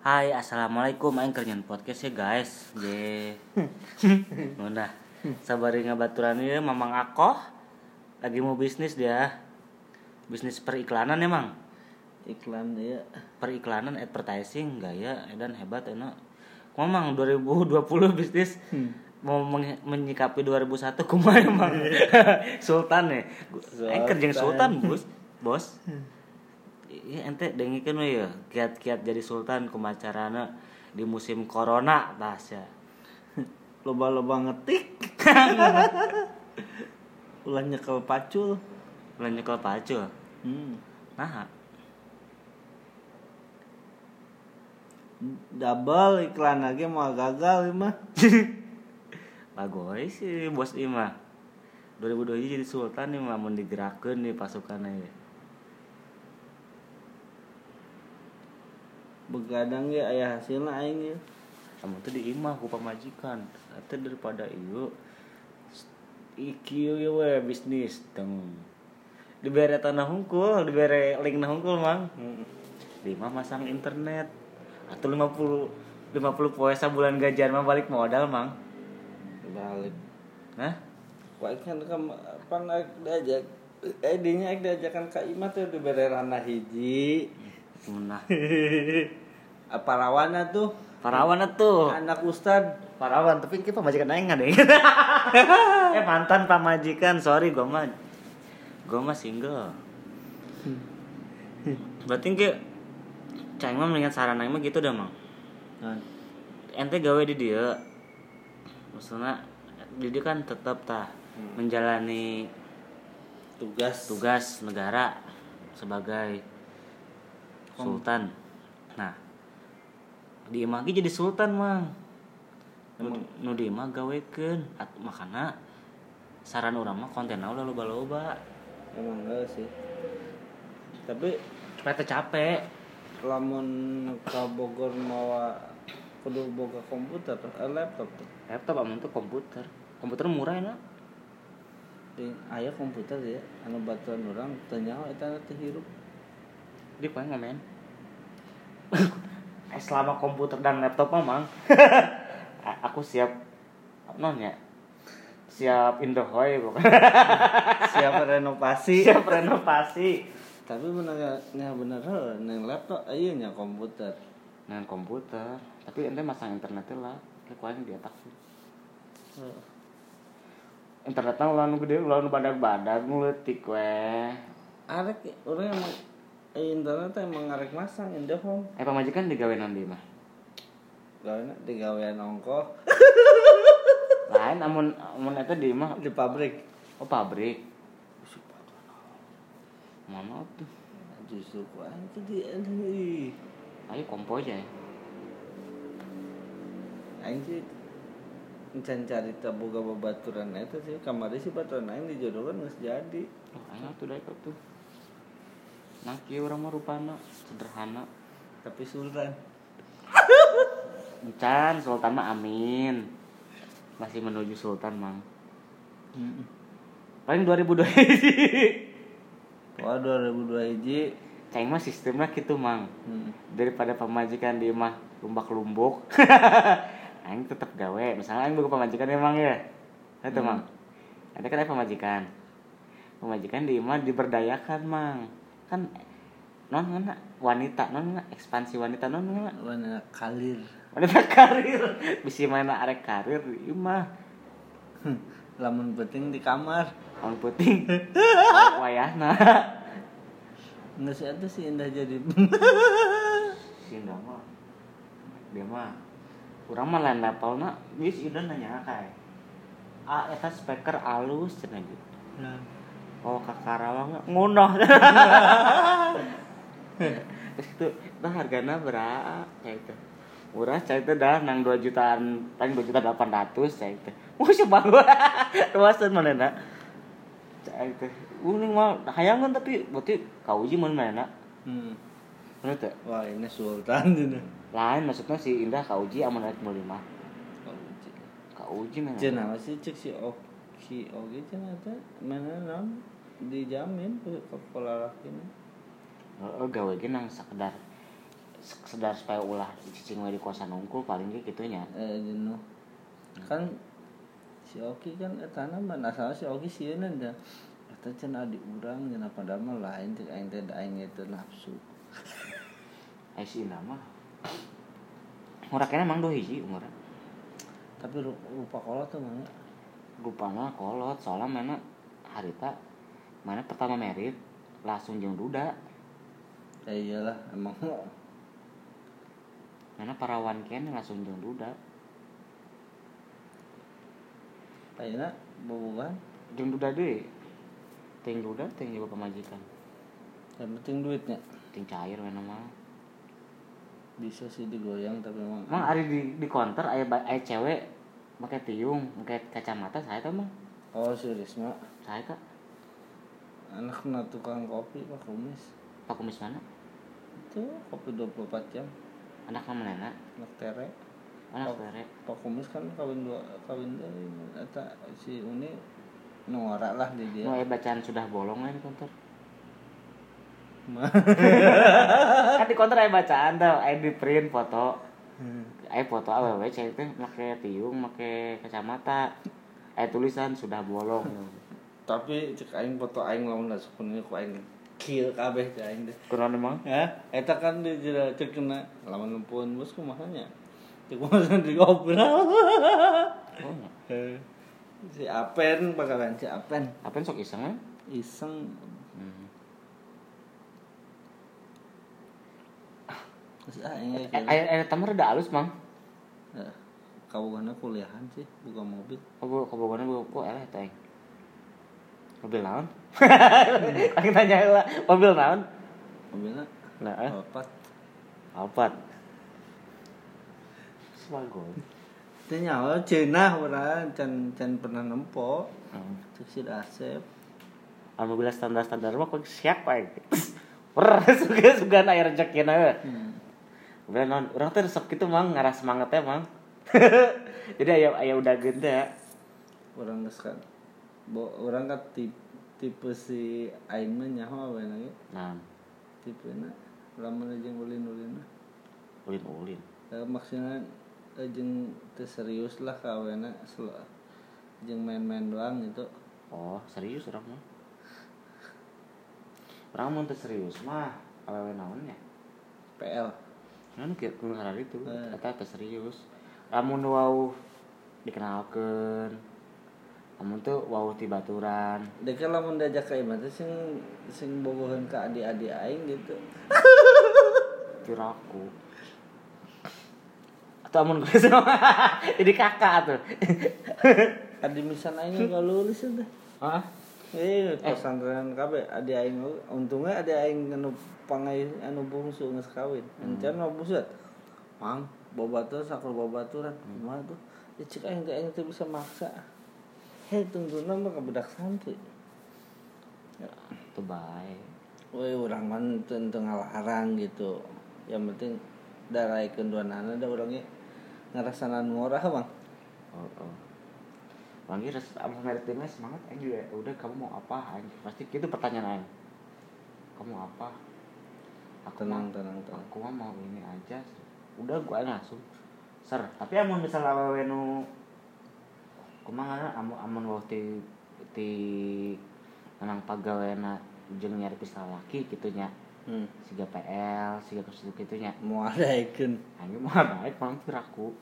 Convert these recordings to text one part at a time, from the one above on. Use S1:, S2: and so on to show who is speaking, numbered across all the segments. S1: Hai, assalamualaikum. Aing kerjaan podcast ya guys. Ye. Munah. Sabari ngabaturan ieu Mamang Akoh lagi mau bisnis dia. Bisnis periklanan emang.
S2: iklan iya. dia
S1: Periklanan advertising gaya edan hebat enak. Mamang 2020 bisnis mau meng- menyikapi 2001 kumaha emang. Sultan ya. Aing kerjaan Sultan, Bos. Bos. Iya ente dengerin we ya kiat-kiat jadi sultan kumacarana di musim corona tasya.
S2: loba-loba ngetik ulah nyekel pacul
S1: Lain nyekel pacul.
S2: hmm.
S1: Nah,
S2: double iklan lagi mau gagal iya mah
S1: bagus sih bos Ima. 2002 jadi sultan nih mau digerakkan nih pasukannya ya.
S2: begadang ge aya hasilna aing iya. ge
S1: Kamu tuh di Ima ku pamajikan. Atau daripada iyo IQ ya we bisnis teng. Dibere tanah hungkul, dibere link nah hungkul mang.
S2: Hmm.
S1: lima masang internet atau 50 50 puasa bulan gajian mah balik modal mang
S2: balik
S1: nah
S2: Wah, kan kam pan aek diajak eh dinya aek diajakan ka Ima tuh di bere ranah hiji
S1: nah
S2: apa rawana tuh
S1: parawan tuh
S2: anak ustad
S1: parawan tapi kita pemajikan aing deh eh mantan pamajikan sorry gua mah gua mah single berarti ke cai mah mendingan saran aing mah gitu dah mang
S2: Nah.
S1: ente gawe di dia maksudnya di dia kan tetap tah menjalani
S2: tugas
S1: tugas negara sebagai sultan. Nah, di imah ge jadi sultan, Mang. Nu- Nu di imah gawekeun At- makana saran urang mah konten udah loba-loba.
S2: emang enggak sih tapi
S1: Pete capek.
S2: lamun ka Bogor mawa kudu boga komputer eh, laptop tuh.
S1: Laptop amun tuh komputer. Komputer murah enak.
S2: Di- aya komputer ya anu batuan urang teu nyaho eta teh hirup
S1: Di paling ngomen. Eh, Selama komputer dan laptop mah, Mang. A- aku siap non ya. Siap indohoy bukan.
S2: siap renovasi
S1: siap renovasi.
S2: tapi bener nya bener heuh, neng laptop ieu nya komputer
S1: dengan komputer tapi ente masang internetnya lah kekuatan di atas
S2: Heuh.
S1: internetnya ulah nu gede ulah nu badag badag ngeletik we
S2: arek urang emang eh, internet teh emang arek masang Indohome
S1: eh pamajikan digawe naon di mah
S2: gawean di gawean ongkoh
S1: lain amun amun eta di mah
S2: di pabrik
S1: oh pabrik mana tuh
S2: justru ku ah, aing teh di ih.
S1: ayo kompo aja ya
S2: Aing sih encan cari boga babaturan eta sih kamari sih baturan aing dijodohkan geus jadi.
S1: oh ayo tuh daik tuh nah kieu urang mah rupana sederhana
S2: Tapi sultan.
S1: encan sultan mah amin masih menuju sultan mang paling 2002
S2: Wah 2002 hiji.
S1: Ceng mah sistemnya gitu mang
S2: Hmm.
S1: daripada pemajikan di mah lumbak lumbuk aing tetap gawe misalnya aing buka pemajikan emang ya itu mang ada kan aing pemajikan pemajikan di mah diberdayakan mang kan non ngana wanita non ngana ekspansi wanita non ngana
S2: Warna kalir.
S1: wanita karir bisa mana arek karir di imah
S2: Lamun penting di kamar.
S1: orang putih wayahna
S2: Nggak sih itu sih indah jadi.
S1: Sinda mah dia mah kurang mah lain level na bis udah nanya kayak ah eta speaker alus cenah gitu oh ke Karawang ngono terus itu nah hargana berapa kayak itu murah saya itu dah nang dua jutaan paling dua juta delapan ratus saya itu wah siapa gua luasan mana nak saya itu uning mah hayangan tapi berarti kau uji mana mana
S2: Hmm.
S1: bener tuh
S2: Wah ini sultan ini.
S1: lain maksudnya si Indah Kak Uji sama Naik Mulima Kak Uji mana
S2: Cen apa sih cek si Oki Oki cen ada mana nam dijamin ke kepala rakinya.
S1: Heeh, gawe ge nang sekedar sedar supaya ulah cicing we di kosan unggul paling ge kitunya
S2: eh jenuh kan si Oki kan eh, eta tanaman asal si Oki sieun da eta can adi urang cenah padahal mah lain cek aing teh da aing teh nafsu
S1: ai Eh, si nama Nguraknya emang dua hiji umurnya
S2: tapi ru- rupa kolot tuh mana
S1: Rupanya kolot soalnya mana harita mana pertama merit langsung jeung duda
S2: ya iyalah emang
S1: mana parawan kene langsung jeung duda
S2: ayeuna bobogan
S1: jeung duda deui ting duda ting juga pemajikan
S2: yang penting duitnya
S1: ting cair mana mah
S2: bisa sih digoyang tapi emang
S1: Emang ada di, di counter ayah, ba- ayah cewek pakai tiung, pakai kacamata saya tuh mah.
S2: oh si Risma
S1: Saya tuh
S2: anak na tukang kopi pak kumis
S1: Pak Kumis mana?
S2: itu kopi 24 jam
S1: Anak nama Nena,
S2: anak tere
S1: anak
S2: Oh.
S1: Tere.
S2: pak kumis kan kawin dua kawin dari eta si uni nora lah di dia
S1: Mau ayah bacaan sudah bolong lah di counter.
S2: Ma-
S1: kan di counter ayah bacaan tuh, ayah di print foto. Ayah foto aww cewek tuh pakai tiung, pakai kacamata. Ayah tulisan sudah bolong.
S2: tapi cek aing foto aing lamun asup ini ku aing kieu kabeh cek aing deh
S1: Kurang emang?
S2: ya eta kan di jera cek kena lamun lempun bos kumaha nya cek kumaha diobrol
S1: Oh, ya.
S2: Eh, si Apen bakalan si Apen
S1: Apaan sok iseng ya?
S2: iseng
S1: Hmm.
S2: si aing ge
S1: Eh,
S2: kieu.
S1: Ayah ayah tamer udah halus mang.
S2: Eh, kabogohana kuliahan sih buka mobil
S1: Aku kabogohan gue kok elah eta aing. Mobil naon? Aku tanya lah, mobil naon?
S2: mobilnya
S1: Nah,
S2: opat
S1: alpat. Semagon.
S2: teh nyawa cenah urang can can pernah nempo
S1: Hmm.
S2: cek si Asep
S1: Alhamdulillah standar standar Anu mah kok siapa aing. Wer, suka suka na air rezekina.
S2: hmm.
S1: Mobil naon? Urang teh resep kitu mang ngarah semangat teh mang. Jadi aya aya udah gede. ya.
S2: orang geus kan bo orang kan tipe, tipe si aing mah nyaho we lagi
S1: Nah,
S2: tipena lamun jeung ulin-ulin mah
S1: ulin-ulin.
S2: Eh, maksudnya eh, jeung teu serius lah ka awena sel- jeung main-main doang gitu
S1: Oh, serius urang mah. Urang mun teu serius mah awewe naonnya?
S2: PL
S1: kan kayak kuno hari itu
S2: Eh.
S1: kata teh serius lamun wau dikenalkan lamun tuh wau ti baturan
S2: Deke lamun diajak ka imah teh sing sing bobohan ka adik-adik aing gitu
S1: ti raku atau lamun gue sama jadi kakak tuh
S2: adik misan aing gak lulus teh
S1: Hah?
S2: Eh, pesantren kabeh adik aing untungnya adik aing anu pangai anu bungsu geus kawin. Encan mah buset. Mang, bobaturan sakur bobaturan. Kumaha tuh? Ya cik aing teh aing teh bisa maksa. Heh, tunggu nama ka budak santri.
S1: tuh baik
S2: Woi, urang mah teu teu ngalarang gitu. Yang penting daraikeun duanana da urang ge ngarasana murah, Bang.
S1: oh oh Wangi res abis merit timnya semangat aja juga udah kamu mau apa aja pasti gitu pertanyaan aja kamu mau apa aku mau
S2: Tenang, tenang, tenang.
S1: aku mah mau ini aja udah gua langsung ser tapi amun misal awewe nu kumaha amun amun wau ti ti menang pagaweana jeung nyari pisah laki kitu nya
S2: Hmm.
S1: siga PL siga kesitu kitu nya
S2: Muaraikeun.
S1: anjing mah baik pang tiraku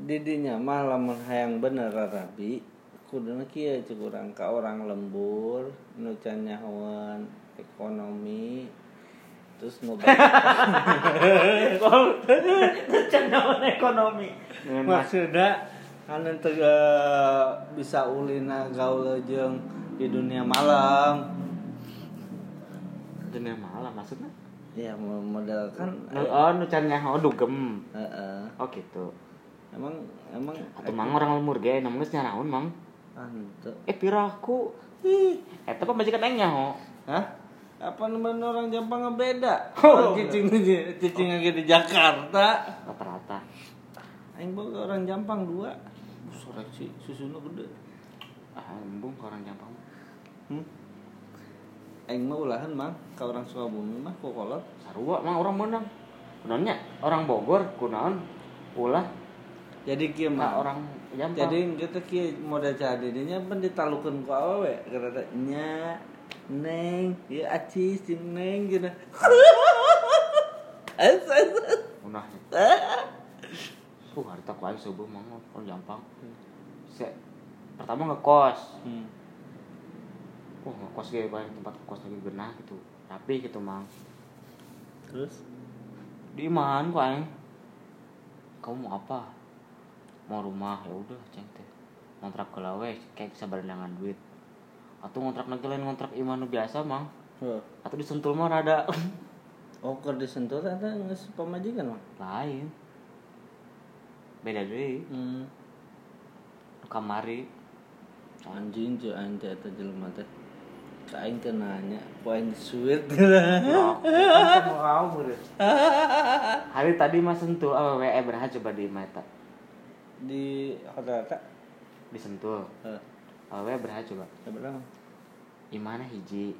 S2: didinya mah lamun hayang bener rabi kuduna kieu ceuk urang ka orang lembur nu can nyahoan ekonomi terus nu
S1: cendawan ekonomi
S2: maksudna anu teu eh, bisa ulina gaul jeung di dunia malam
S1: dunia malam maksudnya
S2: ya mo- model kan e,
S1: Nu- oh nu can nyaho dugem
S2: Heeh.
S1: oh gitu
S2: emang emang
S1: atau mang orang lemur ge namun geus nyaraon mang
S2: anu
S1: eh piraku ih eta pemajikan aing nyaho
S2: Hah? Apa namanya orang Jepang ngebeda?
S1: Oh.
S2: Orang cicing di- cicing lagi di Jakarta.
S1: rata-rata
S2: Aing bawa orang Jampang dua. Sore si susunya gede.
S1: ah embung ke orang jampang
S2: Hmm. Aing mah ulahan mah, ka orang Sukabumi mah kokolot.
S1: sarua mang orang menang Kunaonnya orang Bogor kunaon ulah
S2: jadi kieu
S1: nah,
S2: mah
S1: orang Jampang.
S2: jadi kita kieu modal cadenya pun ditalukeun ku awewe karena nya neng ieu acis jeung neng gitu. As, as, as.
S1: Unahnya. Uh, ya. harta ku aing subuh mah orang Jampang. Se pertama ngekos.
S2: Hmm.
S1: Wah, ngekos ge banyak tempat kos lagi genah gitu. Tapi gitu, Mang.
S2: Terus
S1: Di iman ku aing. Kamu mau apa? Mau rumah ya udah ceng teh. Ngontrak ke lawe kayak bisa berendangan duit. Atau ngontrak lagi lain ngontrak iman nu biasa, Mang.
S2: Oh,
S1: Atau disentul mah rada
S2: oh keur disentuh teh teh geus pamajikan mah.
S1: lain. Beda deui.
S2: Hmm.
S1: Kamari
S2: Anjing jeung aing teh eta jelema teh. Ka aing teh nanya, poin sweet. Heeh.
S1: Hari tadi mas sentul Oh, aww Ebraha coba di mata
S2: di hotel eta.
S1: disentul.
S2: Heeh.
S1: Aww Ebraha E coba.
S2: Seberapa?
S1: Imana hiji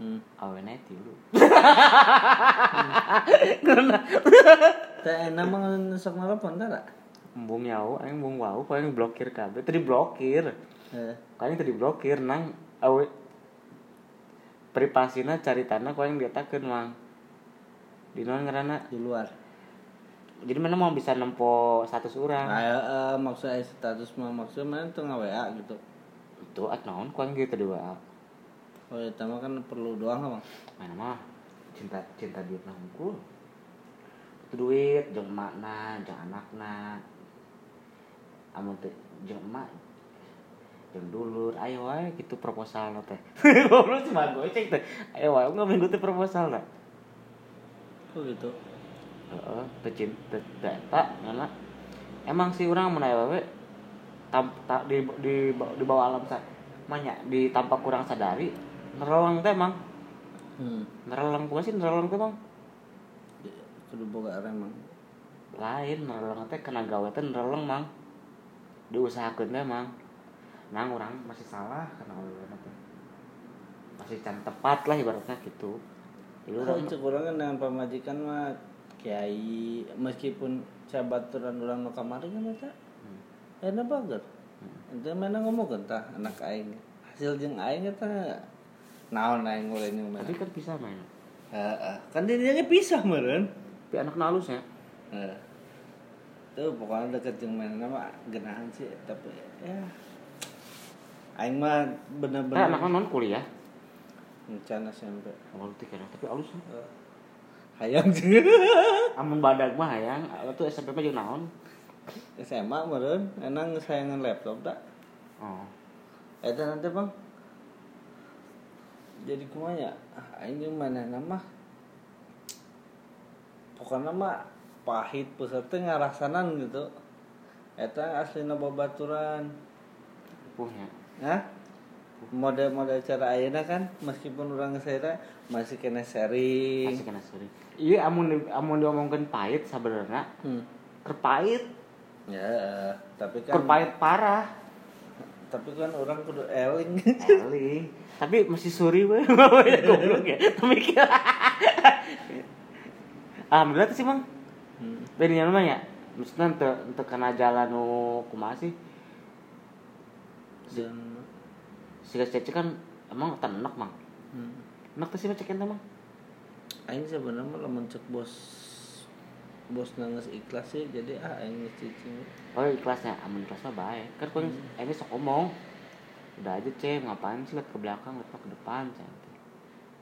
S1: Oh, E
S2: Hmm.
S1: aww na tilu.
S2: Teh enak mah sok nelpon tara.
S1: Embung yau, aing embung wau, paling blokir kabeh. Tadi blokir.
S2: Heeh.
S1: Kalian tadi blokir nang awe privasina cari tanah kau yang diatakeun mang. Di non ngarana.
S2: Di luar.
S1: Jadi mana mau bisa nempo status orang.
S2: Nah, eh, maksudnya status mah maksudnya mana tuh nggak WA gitu.
S1: Itu at naon kau yang gitu dua.
S2: Oh, ya, mah kan perlu doang kan, Bang.
S1: Mana mah cinta cinta duit nah hungkul. Itu duit jeung makna, jeung anakna. Amun teu jeung emak jeung dulur ayo wae gitu proposal teh. Goblok cuma goceng teh. Ayo wae enggak minggu teh proposal lah.
S2: Oh gitu.
S1: Heeh, teu cin- teu teu eta ngana. Emang sih urang mun aya wae tam, ta- di, di, di bawah alam sa manya di tampak kurang sadari nerolong teh emang
S2: Hmm.
S1: nerolong kumaha sih nerolong teh bang
S2: Ya, Kudu boga arah emang.
S1: lain nerolong teh kena gawe teh nerolong mang diusahakeun teh mang nang urang masih salah karena urang teh masih can tepat lah ibaratnya gitu jadi
S2: Oh,
S1: urang
S2: cek urang kan dengan pamajikan mah kiai meskipun cabaturan urang nu kamari kan eta.
S1: Hmm.
S2: Enak banget. Ente mana ngomong tah anak aing. Hasil jeung aing eta naon aing mulai nih
S1: tapi kan bisa main
S2: Heeh. Kan dia dia pisah meureun.
S1: tapi anak halus ya
S2: Nah, tuh pokoknya deket jeung mainan nama genahan sih tapi ya aing mah
S1: eh anak
S2: bener-bener
S1: non kuliah
S2: rencana SMP
S1: kalau tiga tapi halus ya.
S2: hayang sih
S1: amun badag mah ya, hayang itu SMP mah jeung naon
S2: SMA meureun enang sayangan laptop tak
S1: oh
S2: eta nanti bang jadi kumaha ya Ah, aing jeung mainan nama pokoknya mah pahit peserta ngarasanan gitu eta aslina babaturan
S1: punya
S2: Hah? Mode-mode cara ayeuna kan meskipun orang saya masih kena sharing.
S1: masih kena suri iya amun di- amun diomongkeun pahit sebenarnya
S2: Hmm.
S1: kerpahit
S2: Ya, tapi kan
S1: kerpahit parah
S2: tapi kan orang kudu eling.
S1: Eli. Tapi masih suri we. Goblok ya. Pemikir. Alhamdulillah tuh sih, Mang.
S2: Hmm.
S1: Benian mah ya. Maksudnya untuk kena jalan nu kumaha sih?
S2: Dan
S1: Si cece kan emang tenek, Mang.
S2: hmm.
S1: Enak tuh sih mah cekin teh, Mang.
S2: aing sebenarnya mah lamun cek bos bos nangis ikhlas sih jadi ah aing geus cicing.
S1: Oh, ikhlasnya, amun ikhlas mah bae. Kan kuing ini sok omong. Udah aja, Ce, ngapain sih lihat ke belakang, lihat ke depan, Ce.